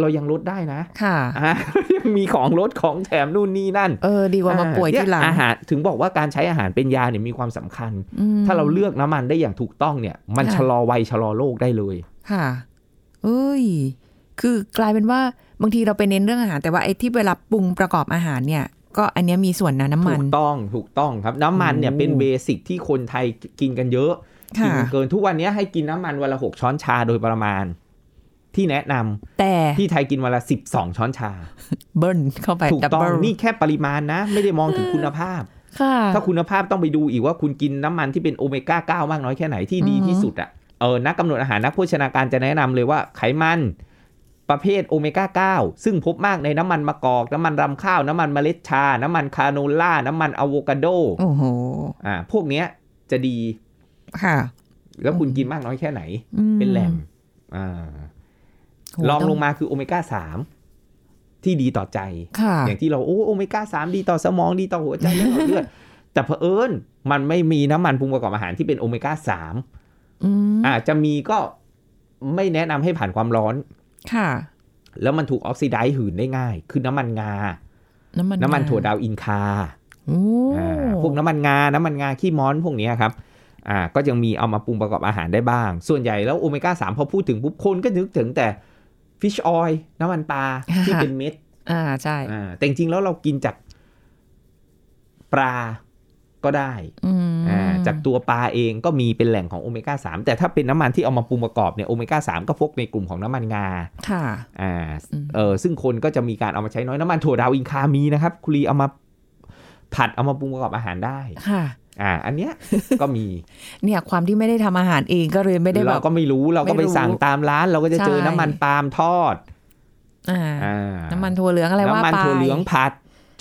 S1: เรายังลดได้นะ
S2: ค่ะ
S1: อ่า ยังมีของลดของแถมนู่นนี่นั่น
S2: เออ ดีกว่ามา
S1: อ่
S2: ป่วย
S1: เนี่
S2: ที่หลัง
S1: อาหารถึงบอกว่าการใช้อาหารเป็นยาเนี่ยมีความสำคัญ
S2: อืม
S1: ถ้าเราเลือกน้ำมันได้อย่างถูกต้องเนี่ย มัน
S2: ค่ะ
S1: ชะลอวัยชะลอโรคได้เลย
S2: ค่ะ เอ้ย คือกลายเป็นว่าบางทีเราไปเน้นเรื่องอาหาร แต่ว่าไอ้ที่เวลาปรุงประกอบอาหารเนี่ย ก็อันเนี้ยมีส่วนนะน้ำมั
S1: ถูก
S2: น
S1: ต้องถูกต้องครับน้ำมันเนี่ยเป็นเบสิกที่คนไทยกินกันเยอะกิ
S2: ค่ะ
S1: กันเกินทุกวันนี้ให้กินน้ำมันวันละหกช้อนชาโดยประมาณ ที่แนะนำ
S2: แต่
S1: ที่ไทยกินวันละสิบสองช้อนชา
S2: เบิร์นเข้าไป
S1: ถูก
S2: ดับ
S1: ต้อง
S2: เบิล
S1: นี่แค่ปริมาณนะ ไม่ได้มองถึงคุณภาพ
S2: ค่ะ
S1: ถ้าคุณภาพต้องไปดูอีกว่าคุณกินน้ำมันที่เป็นโอเมก้า 9 มากน้อยแค่ไหนที่ดี
S2: อือฮึ
S1: ที่สุดอะเออนักกำหนดอาหารนักโภชนาการจะแนะนำเลยว่าไขมันประเภทโอเมก้า 9 ซึ่งพบมากในน้ำมันมะกอก น้ำมันรำข้าว น้ำมันเมล็ดชา น้ำมันคาโนล่า น้ำมันอะโวคาโด
S2: โอ้โห
S1: อ่า พวกเนี้ยจะดี
S2: ค่ะ
S1: แล้วคุณกินมากน้อยแค่ไหน
S2: อืม
S1: เป็นแหล่งอ่า
S2: โห
S1: ลอง
S2: ต้
S1: ลงมาคือโอเมก้า 3 ที่ดีต่อใจ
S2: ค่ะ
S1: อย่างที่เราโอ้โอเมก้าสามดีต่อสมองดีต่อหัวใจและหลอดเลือด แต่เผอิญมันไม่มีน้ำมันปรุงประกอบอาหารที่เป็นโอเมก้าสาม
S2: อืม
S1: อาจจะมีก็ไม่แนะนำให้ผ่านความร้อน
S2: ค่ะ
S1: แล้วมันถูกออกซิไดซ์หืนได้ง่าย คือน้ำมันงา
S2: น้ำมัน
S1: น้ำมัน
S2: งา
S1: ถั่วดาวอินคา
S2: โอ้
S1: อ่าพวกน้ำมันงา น้ำมันงาขี้ม้อนพวกเนี้ยครับอ่าก็ยังมีเอามาปรุงประกอบอาหารได้บ้าง ส่วนใหญ่แล้วโอเมก้าสามพอพูดถึงปุ๊บคนก็นึกถึงแต่ฟิชออยน้ำมันป ลาที่เป็นเม็ด
S2: อ่าใช่
S1: อ่าแต่จริงๆแล้วเรากินจากปลาก็ได้
S2: อืม
S1: อ่าจากตัวปลาเองก็มีเป็นแหล่งของโอเมก้า3แต่ถ้าเป็นน้ำมันที่เอามาปรุงประกอบเนี่ยโอเมก้า3ก็พวกในกลุ่มของน้ำมันงา
S2: ค่ะ
S1: อ่า
S2: อืม
S1: เออซึ่งคนก็จะมีการเอามาใช้น้อยน้ำมันถั่วดาวอินคามีนะครับคุรีเอามาผัดเอามาปรุงประกอบอาหารได้
S2: ค่ะ
S1: อ่าอั นเนี้ย ก็มี
S2: เนี่ยความที่ไม่ได้ทำอาหารเองก็เลยไม่ได้แบ
S1: เรา
S2: บ
S1: ก็ไม่รู้เราก็ไป
S2: ไม่รู้
S1: สั่งตามร้าน เราก็จะเจอ
S2: ใช่
S1: น้ำมันปาล์มทอด
S2: อ่า
S1: อ่า
S2: น้ำมันถั่วเหลืองอะไรว่า
S1: น้ำมัน
S2: ไป
S1: ถั่วเหลืองผัด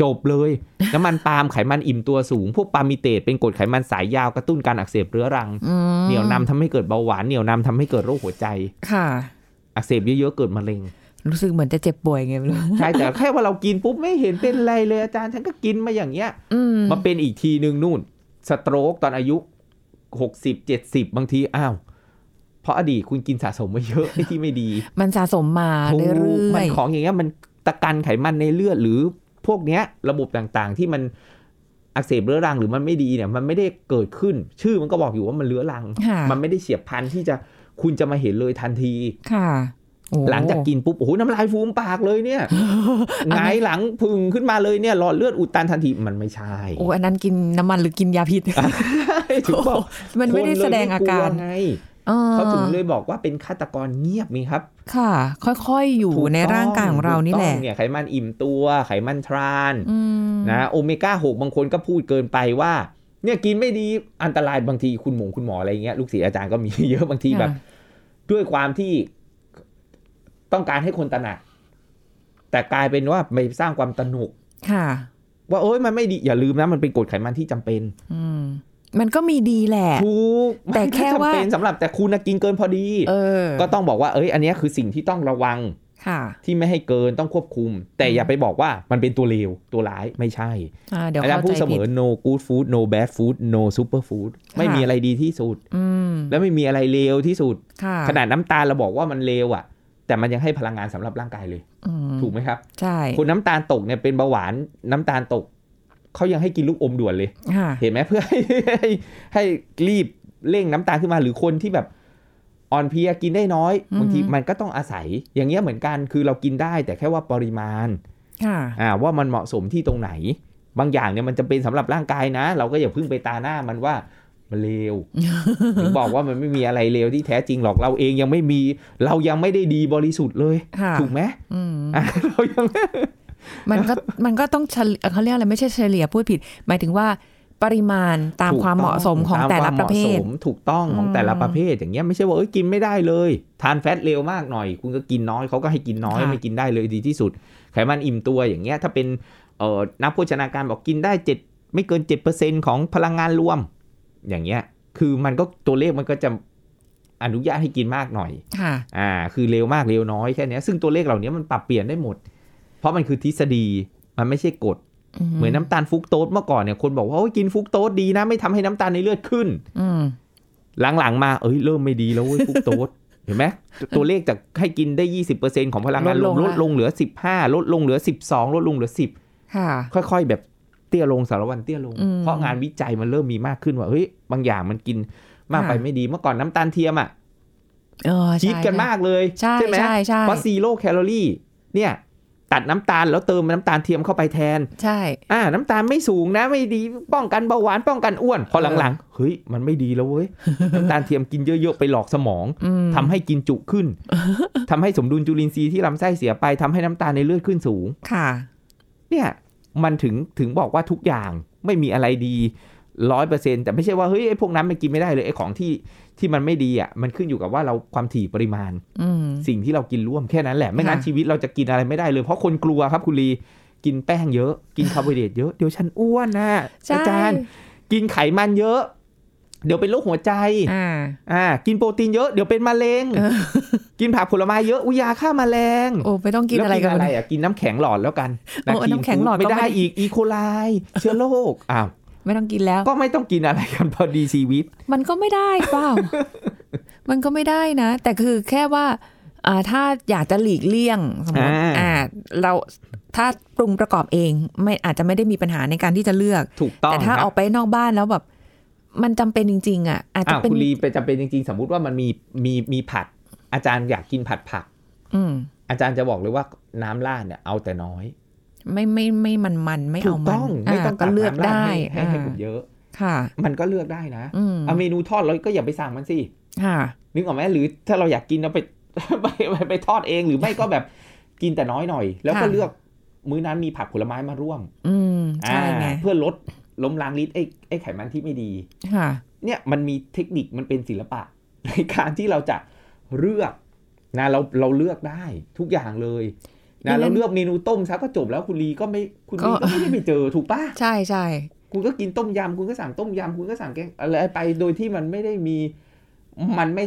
S1: จบ เลย น้ำมันปาล์มไขมันอิ่มตัวสูง พวกปาล์มิเตตเป็นกรดไขมันสายยาวกระตุ้นการอักเสบเรื้อรัง
S2: อืม
S1: เหนียวนำทำให้เกิดเบาหวานเหนียวนำทำให้เกิดโรคหัวใจ
S2: ค่ะ
S1: อักเสบเยอะๆเกิดมะ เร็ง
S2: รู้สึกเหมือนจะเจ็บป่วยไงไม่รู้
S1: ใช่แต่แค่ว่าเรากินปุ๊บไม่เห็นเป็นไรเลยอาจารย์ฉันก็กินมาอย่างเงี้ย
S2: อืม
S1: มาเป็นอีกทีนึงนู่น สโตรกตอนอายุหกสิบเจ็ดสิบบางทีอ้าว เพราะอดีตคุณกินสะสมมาเยอะ ไอ้ที่ไม่ดี
S2: มันสะสมมา
S1: ถู
S2: เรื่
S1: กมั
S2: อน ย
S1: ของอย่างเงี้ยมันตะกันไขมันในเลือดหรือพวกเนี้ย ระบบต่างๆที่มันอักเสบเรื้อรังหรือมันไม่ดีเนี่ย มันไม่ได้เกิดขึ้น ชื่อมันก็บอกอยู่ว่ามันเรื้อรัง
S2: ๆค่ะ
S1: มันไม่ได้เฉียบพลันที่จะคุณจะมาเห็นเลยทันที
S2: ค่ะโอ้
S1: หลังจากกินปุ๊บโอ้โหน้ำลายฟูมปากเลย เนี่ยห
S2: อันนั้น
S1: งายหลังพึงขึ้นมาเลยเนี่ยหลอดเลือดอุดตันทันทีมันไม่ใช่
S2: โอ้อันนั้นกินน้ำมันหรือกินยาพิษ
S1: ถึงบอก
S2: มันไม่ได้
S1: คเลย
S2: แสดงอาการ
S1: ไม่ลัวไง
S2: อ่
S1: เขาถึงเลยบอกว่าเป็นฆาตกรเงียบมีครับ
S2: ค่ะ ค่อยๆ อยู่ในร่างกายของเรานี่แห
S1: ถูก
S2: ละ
S1: ต้องเนี่ยไขมันอิ่มตัวไขมันทราน
S2: อืม
S1: นะโอเมก้าหกบางคนก็พูดเกินไปว่า เนี่ยกินไม่ดีอันตรายบางทีคุณหมงคุณหมออะไรเงี้ยลูกศิษย์อาจารย์ก็มี เยอะบางทีแบบ ด้วยความที่ต้องการให้คนตระหนัก แต่กลายเป็นว่าไปสร้างความตระหนก
S2: ค่ะ
S1: ว่าเอ้ยมันไม่ดีอย่าลืมนะมันเป็นกรดไขมันที่จำเป็น
S2: อืมมันก็มีดีแหละ
S1: ถูกมัน
S2: แต่แค่
S1: จำ
S2: ว่า
S1: เป็นสำหรับแต่คุณน่ะกินเกินพอดี
S2: เออ
S1: ก็ต้องบอกว่าเอ้ย อันเนี้ยคือสิ่งที่ต้องระวัง
S2: ค่ะ
S1: ที่ไม่ให้เกินต้องควบคุม แต่อย่าไปบอกว่ามันเป็นตัวเลวตัวร้ายไม่ใช่
S2: อ่าเดี๋ยว
S1: อาจารย์
S2: เข้า
S1: พูด
S2: ใจ
S1: เสม
S2: ผิด
S1: อ no good food no bad food no super food ไม่มีอะไรดีที่สุด
S2: อืม
S1: และไม่มีอะไรเลวที่สุด
S2: ค่ะ
S1: ขนาดน้ำตาลเราบอกว่ามันเลวอะ่ะ แต่มันยังให้พลังงานสำหรับร่างกายเลย
S2: อืม
S1: ถูกไหมครับ
S2: ใช่
S1: คนน้ำตาลตกเนี่ยเป็นเบาหวานน้ำตาลตกเขายังให้กินลูกอมด่วนเลย
S2: ค่ะ
S1: เห็นไหมเพื่อ ให้ให้ให้รีบเร่งน้ำตาลขึ้นมาหรือคนที่แบบอ่อนเพลียกินได้น้อย
S2: อืม
S1: บางทีมันก็ต้องอาศัย อย่างเงี้ยเหมือนกันคือเรากินได้แต่แค่ว่าปริมาณ
S2: ค่ะ
S1: อ่าว่ามันเหมาะสมที่ตรงไหน บางอย่างเนี่ยมันจะเป็นสำหรับร่างกายนะ เราก็อย่าเพึ่งไปตาหน้ามันว่ามันเล วถึงบอกว่ามันไม่มีอะไรเลวที่แท้จริงหรอกเราเองยังไม่มี เรายังไม่ได้ดีบริสุทธิ์เลย
S2: ค่ะ
S1: ถูกไหม
S2: อืม
S1: อ่ะเรายัง
S2: มันก็มันก็ต้องเฉลี่ยเขาเรียกอะไรไม่ใช่เฉลี่ยพูดผิด หมายถึงว่า ปริมาณตาม
S1: ถูก
S2: ความเหมาะสมของ
S1: าม
S2: แต่ละ
S1: ความ
S2: ประเภ
S1: หมา
S2: ท
S1: สมถูกต้องของ
S2: อืม
S1: แต่ละประเภท อย่างเงี้ยไม่ใช่ว่าเอ้ยกินไม่ได้เลย ทานแฟตเร็วมากหน่อย คุณก็กินน้อยเขาก็ให้กินน้อย
S2: ค่ะ
S1: ไม่กินได้เลยดีที่สุด ไขมันอิ่มตัวอย่างเงี้ยถ้าเป็นเอ่อนักโภชนาการบอกกินได้เจ็ดไม่เกินเจ็ดเปอร์เซ็นของพลังงานรวม อย่างเงี้ยคือมันก็ตัวเลขมันก็จะอนุญาตให้กินมากหน่อย
S2: ค่ะ
S1: อ่าคือเร็วมากเร็วน้อยแค่เนี้ยซึ่งตัวเลขเหล่านี้มันปรับเปลี่ยนได้หมด เพราะมันคือทฤษฎีมันไม่ใช่กฎ เหมือนน้ำตาลฟรุกโตสเมื่อก่อนเนี่ยคนบอกว่าโอ้ยกินฟรุกโตสดีนะไม่ทำให้น้ำตาลในเลือดขึ้น
S2: อืม
S1: หลังๆมาเอ้ยเริ่มไม่ดีแล้วเว้ยฟ รุกโตส เห็นไหมตัวเลขจากให้กินได้ 20%ของพลังงานรวม
S2: ล
S1: ล
S2: ด
S1: ด
S2: ล
S1: ล
S2: ง
S1: ง
S2: ละ
S1: เหลือ 15 ลดลงเหลือ 12 ลดลงเหลือ 10
S2: ค่ะ
S1: ค่อย ๆ แบบเตี้ยลงสารวันเตี้ยลง
S2: อืม
S1: เพราะงานวิจัยมันเริ่มมีมากขึ้นว่าเฮ้ยบางอย่างมันกินมากไป
S2: ค่ะ
S1: ไม่ดีเมื่อก่อนน้ำตาลเทียมอ่ะ
S2: เออใช่
S1: คิดกันมากเลย
S2: ใช่
S1: ไหม
S2: ใช่ใช่
S1: เพราะซีโร่แคลอรี่เนี่ยตัดน้ำตาลแล้วเติมน้ำตาลเทียมเข้าไปแทน
S2: ใช่
S1: อ่า น้ำตาลไม่สูงนะไม่ดีป้องกันเบาหวานป้องกันอ้วน พอหลังๆเฮ้ยมันไม่ดีแล้ว เว้ย น้ำตาลเทียมกินเยอะๆไปหลอกสมอง
S2: อืม
S1: ทำให้กินจุ ขึ้นทำให้สมดุลจุลินทรีย์ที่ลำไส้เสียไปทำให้น้ำตาลในเลือดขึ้นสูง
S2: ค่ะ
S1: เนี่ยมันถึงถึงบอกว่าทุกอย่างไม่มีอะไรดีร้อยเปอร์เซ็นแต่ไม่ใช่ว่าเฮ้ยไอ้พวกนั้นมันกินไม่ได้เลยไอ้ของที่ที่มันไม่ดีอ่ะมันขึ้นอยู่กับว่าเราความถี่ปริมาณ
S2: อืม
S1: สิ่งที่เรากินร่วมแค่นั้นแหละ ไม่งั้น
S2: ค่ะ
S1: ชีวิตเราจะกินอะไรไม่ได้เลยเพราะคนกลัวครับคุณลีกินแป้งเยอะ กินคาร์โบไฮเดรตเยอะ เดี๋ยวฉันอ้วนนะอาจารย์ กินไขมันเยอะ เดี๋ยวเป็นโรคหัวใจ
S2: อ่า
S1: อ่ากินโปรตีนเยอะเดี๋ยวเป็นมะเร็ง กินผักผลไม้เยอะอุยยาฆ่าแมลง
S2: โอ้ไม่ต้องกินอะไรกัน
S1: แล้วกินอะไร
S2: วะ
S1: อ่ะกินน้ำแข็งหลอดแล้วกันะ
S2: โอ้
S1: กิ
S2: น้ำแข็งหลอด
S1: ไม่
S2: ก็ไม่
S1: ได้
S2: ได้
S1: อีกอีโคไลเชื้อโรคอ้าว
S2: ไม่ต้องกินแล้ว
S1: ก็ไม่ต้องกินอะไรกันพอดีชีวิต
S2: มันก็ไม่ได้ เปล่า มันก็ไม่ได้นะ แต่คือแค่ว่าอ่าถ้าอยากจะหลีกเลี่ยงสมมติ
S1: อ่า
S2: อ่า เราถ้าปรุงประกอบเองไม่อาจจะไม่ได้มีปัญหาในการที่จะเลือก
S1: ถูกต้อง
S2: แต่ถ้า
S1: ครับ
S2: ออกไปนอกบ้านแล้วแบบ มันจำเป็นจริง ๆ อ่ะ อาจจะ
S1: อ้าว
S2: เป็น
S1: คุณลีไปจำเป็นจริงๆ สมมุติว่ามันมีมีมีผัด อาจารย์อยากกินผัดผัก
S2: อืม
S1: อาจารย์จะบอกเลยว่าน้ำราดเนี่ยเอาแต่น้อย
S2: ไม่ไม่ไม่มันมันๆไม่
S1: ถู
S2: เอา
S1: ก
S2: มั
S1: ต้อง
S2: า
S1: ไม่ต้อง
S2: ก็
S1: ตั
S2: เลือก
S1: น้ำรา
S2: ได้
S1: ให้ให้ให้ผม
S2: อ่า
S1: เยอะ
S2: ค่ะ
S1: มันก็เลือกได้นะ
S2: อืม
S1: เอาเมนูทอดเราก็อย่าไปสั่งมันสิ
S2: ค่ะ
S1: นึกออกไหมหรือถ้าเราอยากกินเราไป ไปไปไปทอดเองหรือไม่ก็แบบ กินแต่น้อยหน่อย แล้วก็
S2: ค่ะ
S1: เลือกมื้อนั้นมีผักผลไม้มาร่วม
S2: อืมใช่
S1: อ่า
S2: ไง
S1: เพื่อลดล้มล้างฤทธิ์ไอ้ไอ้ไขมันที่ไม่ดี
S2: ค่ะ
S1: เนี่ยมันมีเทคนิคมันเป็นศิลปะ ในการที่เราจะเลือกนะเราเราเลือกได้ทุกอย่างเลย
S2: ดั
S1: นะ
S2: งนั้
S1: เรา
S2: น
S1: เลือกเมนูต้มซะก็จบแล้วคุณลีก็ไม่คุณลี
S2: ก็
S1: ก็ไม่ได้ไปเจอถูกปะ
S2: ใช่ใช่
S1: คุณก็กินต้มยำคุณก็สั่งต้มยำคุณก็สั่งแกงอะไรไปโดยที่มันไม่ได้มีมันไม่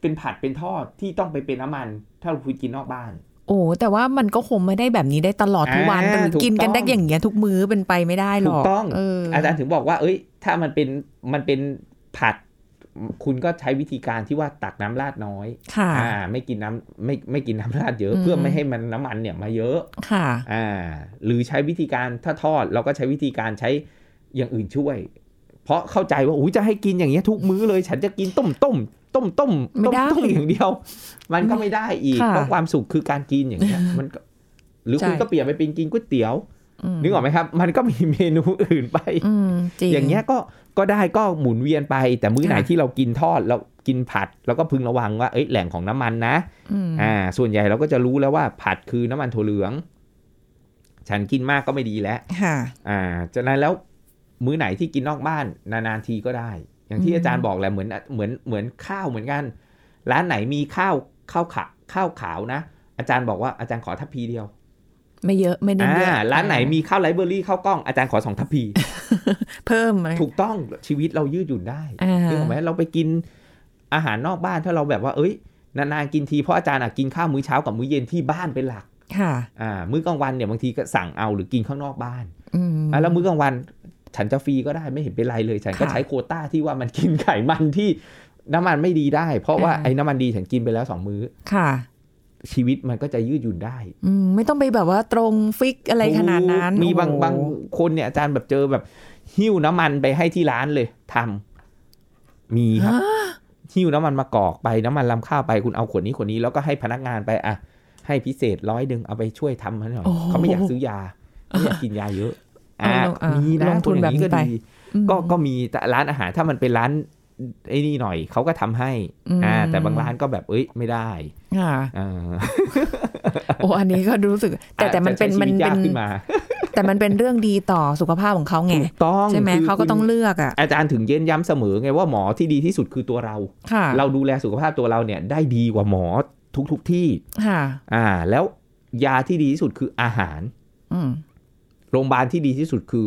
S1: เป็นผัดเป็นทอดที่ต้องไปเป็นน้ำมัน ถ้าคุณกินนอกบ้าน
S2: โอ้แต่ว่ามันก็คงไม่ได้แบบนี้ได้ตลอดทุกวัน
S1: อ่า
S2: หรือ
S1: ถูก
S2: กินกันได้
S1: ต้อง
S2: อย่างเงี้ยทุกมื้อเป็นไปไม่ได้หรอก
S1: ถูกต้อง
S2: เอออ
S1: อาจารย์ถึงบอกว่า เอ้ย ถ้ามันเป็นมันเป็นผัด คุณก็ใช้วิธีการที่ว่าตักน้ำราดน้อย
S2: ค่ะ
S1: อ่าไม่กินน้ำไม่ไม่กินน้ำราดเยอะ
S2: อืม
S1: เพื่อไม่ให้มันน้ำมันเนี่ยมาเยอะ
S2: ค่ะ
S1: อ่าหรือใช้วิธีการถ้าทอดเราก็ใช้วิธีการใช้อย่างอื่นช่วย เพราะเข้าใจว่าอุ้ยจะให้กินอย่างเงี้ยทุกมื้อเลย ฉันจะกินต้มต้มต้มต้ม
S2: ไม่
S1: ต้ม
S2: ได้
S1: ต้มอย่างเดียว มันก็ไม่ได้อีก
S2: ค่ะ
S1: เพราะความสุขคือการกินอย่างเงี้ยมันก็หรือคุณ
S2: ใช่
S1: ก็เปลี่ยนไปเป็นกินก๋วยเตี๋ยว
S2: อืม
S1: นึกออกไหมครับ มันก็มีเมนูอื่นไป
S2: อืมจริง
S1: อย่างเงี้ยก็ก็ได้ก็หมุนเวียนไป แต่มื้อไหน
S2: ค่ะ
S1: ที่เรากินทอดเรากินผัดเราก็พึงระวังว่าเอ้ยแหล่งของน้ำมันนะ
S2: อืม
S1: อ่าส่วนใหญ่เราก็จะรู้แล้วว่าผัดคือน้ำมันถั่วเหลือง ฉันกินมากก็ไม่ดีแล้ว
S2: ค่ะ
S1: อ่าจากนั้นแล้วมื้อไหนที่กินนอกบ้านนานๆทีก็ได้ อย่าง
S2: อื
S1: ที่
S2: ม
S1: อาจารย์บอกแหละเหมือนเหมือนเหมือนข้าวเหมือนกัน ร้านไหนมีข้าวข้าวขาข้าวขาวนะ อาจารย์บอกว่าอาจารย์ขอทัพพีเดียว
S2: ไม่เยอะไม่เน้น
S1: อ่า
S2: เยอะ
S1: ร้านไหนมีข้าวไรเบอรี่ข้าวกล้องอาจารย์ขอสองทัพพี
S2: เพิ่มอะไร
S1: ถูกต้องชีวิตเรายืดหยุ่นได้
S2: อ่า
S1: นึกออกไหมเราไปกินอาหารนอกบ้านถ้าเราแบบว่าเอ้ยนานๆกินทีเพราะอาจารย์อะกินข้าวมื้อเช้ากับมื้อเย็นที่บ้านเป็นหลัก
S2: ค่ะ
S1: อ่ามื้อกลางวันเนี่ยบางทีก็สั่งเอาหรือกินข้างนอกบ้าน
S2: อืม
S1: อ่ะแล้วมื้อกลางวัน ฉันจะฟรีก็ได้ไม่เห็นเป็นไรเลย ฉันก็
S2: ค่ะ
S1: ใช้โควต้าที่ว่ามันกินไขมันที่น้ำมันไม่ดีได้ เพราะว่าไอ้น้ำมันดีฉันกินไปแล้วสองมื้อ
S2: ค่ะ
S1: ชีวิตมันก็จะยืดหยุ่นได้
S2: อืมไม่ต้องไปแบบว่าตรงฟิกอะไรขนาดนั้น
S1: มีบาง
S2: โอ้โห
S1: บางคนเนี่ยอาจารย์แบบเจอแบบหิ้วน้ำมันไปให้ที่ร้านเลยทำมีครับหิ้วน้ำมันมากอกไปน้ำมันลำข้าวไปคุณเอาขวดนี้ขวดนี้แล้วก็ให้พนักงานไปอ่ะให้พิเศษร้อยหนึ่งเอาไปช่วยทำให้หน่อยเขาไม่อยากซื้อยาไม่อยากกินยาเยอะอ่ะ
S2: เอาลงอ่ะ
S1: มีนะ
S2: ลงทุน
S1: คอย่างก็
S2: แบบนี้ไป
S1: ดี
S2: อืม
S1: ก็ก็มีแต่ร้านอาหารถ้ามันเป็นร้านไอ้นี่หน่อยเขาก็ทำให้
S2: อืม
S1: อ่าแต่บางร้านก็แบบเอ้ยไม่ได้
S2: ค่ะ
S1: อ่า
S2: โอ้อันนี้ก็รู้สึก แต่แต่มัน
S1: อาจจะ
S2: เป็น
S1: ใช้ชีวิต
S2: มันเป็
S1: ยาก
S2: น
S1: ขึ้นมา
S2: แต่มันเป็นเรื่องดีต่อสุขภาพของเขาไง
S1: ถูกต้อง
S2: ใช่ไหม
S1: คือ
S2: เขาก็ต้อง
S1: คุณ
S2: เลือกอ่ะ
S1: อาจารย์ถึงเย้นย้ำเสมอไงว่าหมอที่ดีที่สุดคือตัวเรา
S2: ค่ะ
S1: เราดูแลสุขภาพตัวเราเนี่ยได้ดีกว่าหมอทุกๆทที่
S2: ค่ะ
S1: อ่า แล้วยาที่ดีที่สุดคืออาหาร
S2: อืม
S1: โรงพยาบาลที่ดีที่สุดคือ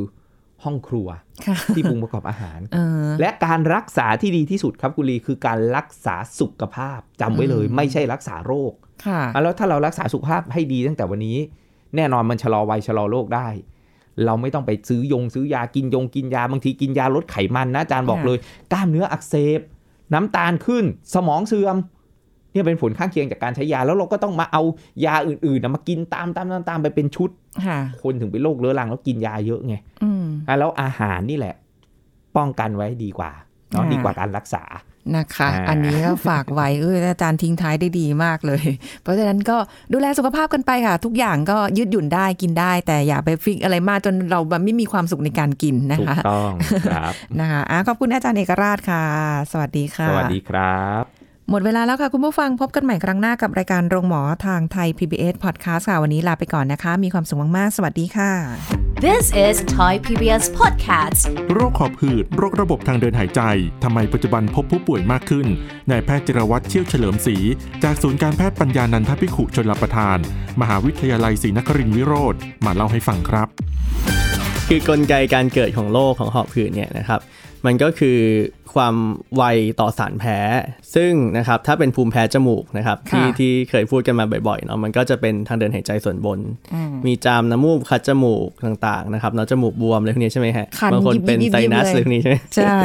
S1: ห้องครัว
S2: ค่ะ
S1: ที่ปรุงประกอบอาหาร
S2: เออ
S1: และการรักษาที่ดีที่สุดครับกุลีคือการรักษาสุขภาพจำไว้เลย
S2: อืม
S1: ไม่ใช่รักษาโรค
S2: ค่ะ
S1: อ่ะแล้วถ้าเรารักษาสุขภาพให้ดีตั้งแต่วันนี้ แน่นอนมันชะลอวัยชะลอโรคได้ เราไม่ต้องไปซื้อยงซื้อยากินยงกินยาบางทีกินยาลดไขมันนะอาจารย์บอก
S2: ค่ะ
S1: เลย กล้ามเนื้ออักเสบ น้ำตาลขึ้น สมองเสื่อมเนี่ยเป็นผลข้างเคียงจากการใช้ยาแล้วเราก็ต้องมาเอายาอื่นๆนะมากินตามตามตามตามไปเป็นชุด
S2: ค่ะ
S1: คนถึงเป็นโรคเรื้อรังแล้วกินยาเยอะไง
S2: อืม
S1: อ่ะแล้วอาหารนี่แหละ ป้องกันไว้ดีกว่าเนาะ
S2: อ่า
S1: ดีกว่าการรักษา
S2: นะคะ
S1: อ่า
S2: อันนี้ก็ฝากไว้ เอออาจารย์ทิ้งท้ายได้ดีมากเลย เพราะฉะนั้นก็ดูแลสุขภาพกันไปค่ะ ทุกอย่างก็ยืดหยุ่นได้กินได้ แต่อย่าไปฟิกอะไรมากจนเราแบบไม่มีความสุขในการกินนะ
S1: ถูก
S2: คะ
S1: ต้องครับ
S2: นะคะอ่ะขอบคุณอาจารย์เอกราชค่ะ สวัสดีค่ะ
S1: สวัสดีครับ
S2: หมดเวลาแล้วค่ะ คุณผู้ฟังพบกันใหม่ครั้งหน้ากับรายการโรงหมอทางไทย PBS Podcast ค่ะ วันนี้ลาไปก่อนนะคะ มีความสุขมาก ๆ สวัสดีค่ะ
S4: This is Thai PBS Podcast
S5: โรคขอบหืด โรคระบบทางเดินหายใจ ทำไมปัจจุบันพบผู้ป่วยมากขึ้น นายแพทย์จิรวัตรเชี่ยวเฉลิมศรี จากศูนย์การแพทย์ปัญญานันทพิขุชนลประทาน มหาวิทยาลัยศรีนครินทรวิโรธมาเล่าให้ฟังครับ
S6: คือกลไกการเกิดของโรคของหอบหืดเนี่ยนะครับ มันก็คือความไวต่อสารแพ้ ซึ่งนะครับถ้าเป็นภูมิแพ้จมูกนะครับ
S2: ค่ะ
S6: ที่ที่เคยพูดกันมาบ่อยๆเนาะมันก็จะเป็นทางเดินหายใจส่วนบน มีจามน้ำมูกคัดจมูกต่างๆนะครับเนาะจมูกบวมอะไรพวกนี้ใช่ไหมฮะ
S2: คัน
S6: บางคนเป็น
S2: ยิบๆๆ
S6: ไซนัส
S2: เลย
S6: อะไรพวกนี้ใช่ไหม
S2: ใช่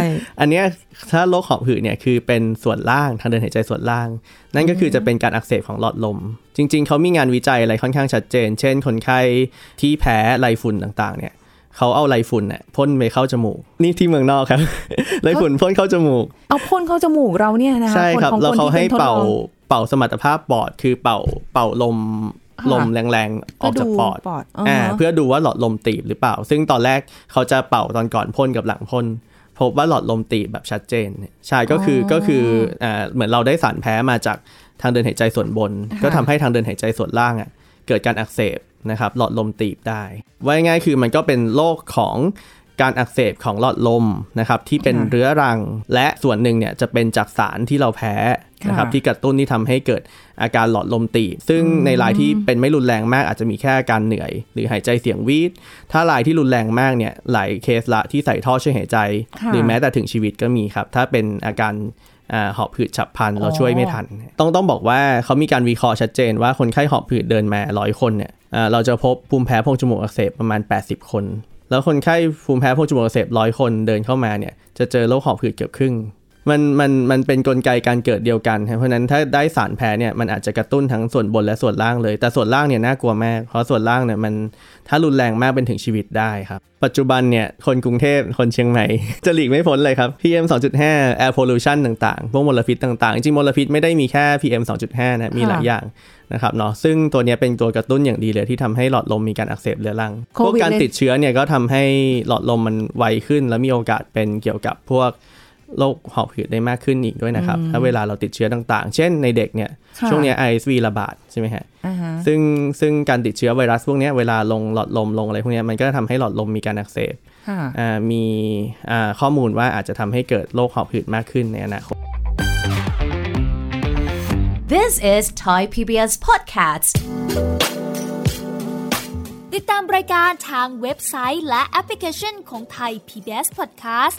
S6: อันเนี้ยถ้าโรคหอบหืดเนี่ยคือเป็นส่วนล่างทางเดินหายใจส่วนล่าง นั่นก็คือจะเป็นการอักเสบของหลอดลม จริง ๆ เขามีงานวิจัยอะไรค่อนข้างชัดเจน เช่น คนไข้ที่แพ้ไรฝุ่นต่างๆ เนี่ยเขาเอาไรฝุ่นเนี่ยพ่นไปเข้าจมูก นี่ที่เมืองนอกครับ ไรฝุ่นพ่นเข้าจมูก
S2: เอาพ่นเข้าจมูกเราเนี่ยนะคะ
S6: ใช่ครับ
S2: นของ
S6: แล้วเขา
S2: นที่
S6: ให้
S2: นทดล
S6: เป่า
S2: อง
S6: เป่าสมรรถภาพปอดคือเป่าเป่าลม
S2: ค่ะ
S6: ลมแรงๆออกจากปอด
S2: เพื่อดูปอดอ่าฮะ
S6: เพื่อดูว่าหลอดลมตีบหรือเปล่า ซึ่งตอนแรกเขาจะเป่าตอนก่อนพ่นกับหลังพ่นพบว่าหลอดลมตีบแบบชัดเจนใช่ก็คืออก็คืออ่าเหมือนเราได้สารแพ้มาจากทางเดินหายใจส่วนบน ก็ทำให้ทางเดินหายใจส่วนล่างอ่ะเกิดการอักเสบนะครับหลอดลมตีบได้ว่าง่ายๆคือมันก็เป็นโรคของ การอักเสบของหลอดลมนะครับที่เป็นเรื้อรัง และส่วนหนึ่งเนี่ยจะเป็นจากสารที่เราแพ้นะครับ
S2: ค่ะ
S6: ที่กระตุ้นที่ทำให้เกิดอาการหลอดลมตีบซึ่งในรายที่เป็นไม่รุนแรงมากอาจจะมีแค่อาการเหนื่อย หรือหายใจเสียงวีดถ้ารายที่รุนแรงมากเนี่ยหลายเคสละที่ใส่ท่อช่วยหายใจ หรือแม้แต่ถึงชีวิตก็มีครับ ถ้าเป็นอาการอ่าหอบหืดฉับพลันเราช่วยไม่ทัน ต้องต้องบอกว่าเขามีการวิเคราะห์ชัดเจนว่าคนไข้หอบหืดเดินมาร้อยคนเนี่ยอ่าเราจะพบภูมิแพ้โพรงจมูกอักเสบประมาณ 80 คน แล้วคนไข้ภูมิแพ้โพวกจมูกอักเสบร้อยคนเดินเข้ามาเนี่ยจะเจอโรคหอบหืดเกือบครึ่ง มันมันมันเป็นกลไกการเกิดเดียวกันครับเพราะฉะนั้นถ้าได้สารแพ้เนี่ยมันอาจจะกระตุ้นทั้งส่วนบนและส่วนล่างเลย แต่ส่วนล่างเนี่ยน่ากลัวมาก เพราะส่วนล่างเนี่ยมันถ้ารุนแรงมากเป็นถึงชีวิตได้ครับ ปัจจุบันเนี่ยคนกรุงเทพคนเชียงใหม่ จะหลีกไม่พ้นเลยครับ PM 2.5 air pollution ต่างๆ พวกมลพิษต่างๆ จริงๆมลพิษไม่ได้มีแค่ PM 2.5 นะมีหลายอย่างนะครับเนาะซึ่งตัวเนี้ยเป็นตัวกระตุ้นอย่างดีเลยที่ทำให้หลอดลมมีการอักเสบเรื้อรัง
S2: โควิด
S6: พวกการ
S2: เลย
S6: ติดเชื้อเนี่ยก็ทำให้หลอดลมมันไวขึ้น แล้วมีโอกาสเป็นเกี่ยวกับพวก โรคหอบหืดได้มากขึ้นอีกด้วยนะครับ ถ้าเวลาเราติดเชื้อต่างๆ เช่นในเด็กเนี่ย
S2: ค่ะ
S6: ช่วงเนี้ย ISV ระบาดใช่ไหมฮะ
S2: อ่าฮะ
S6: ซึ่งซึ่งการติดเชื้อไวรัสพวกเนี้ยเวลาลงหลอดลมลงอะไรพวกเนี้ยมันก็ทำให้หลอดลมมีการอักเสบ
S2: ค่ะ
S6: อ่ามีอ่าข้อมูลว่าอาจจะทำให้เกิดโรคหอบหืดมากขึ้นในอนาคต
S4: This is Thai PBS Podcast
S7: ติดตามรายการทางเว็บไซต์และแอปพลิเคชันของไทย PBS Podcast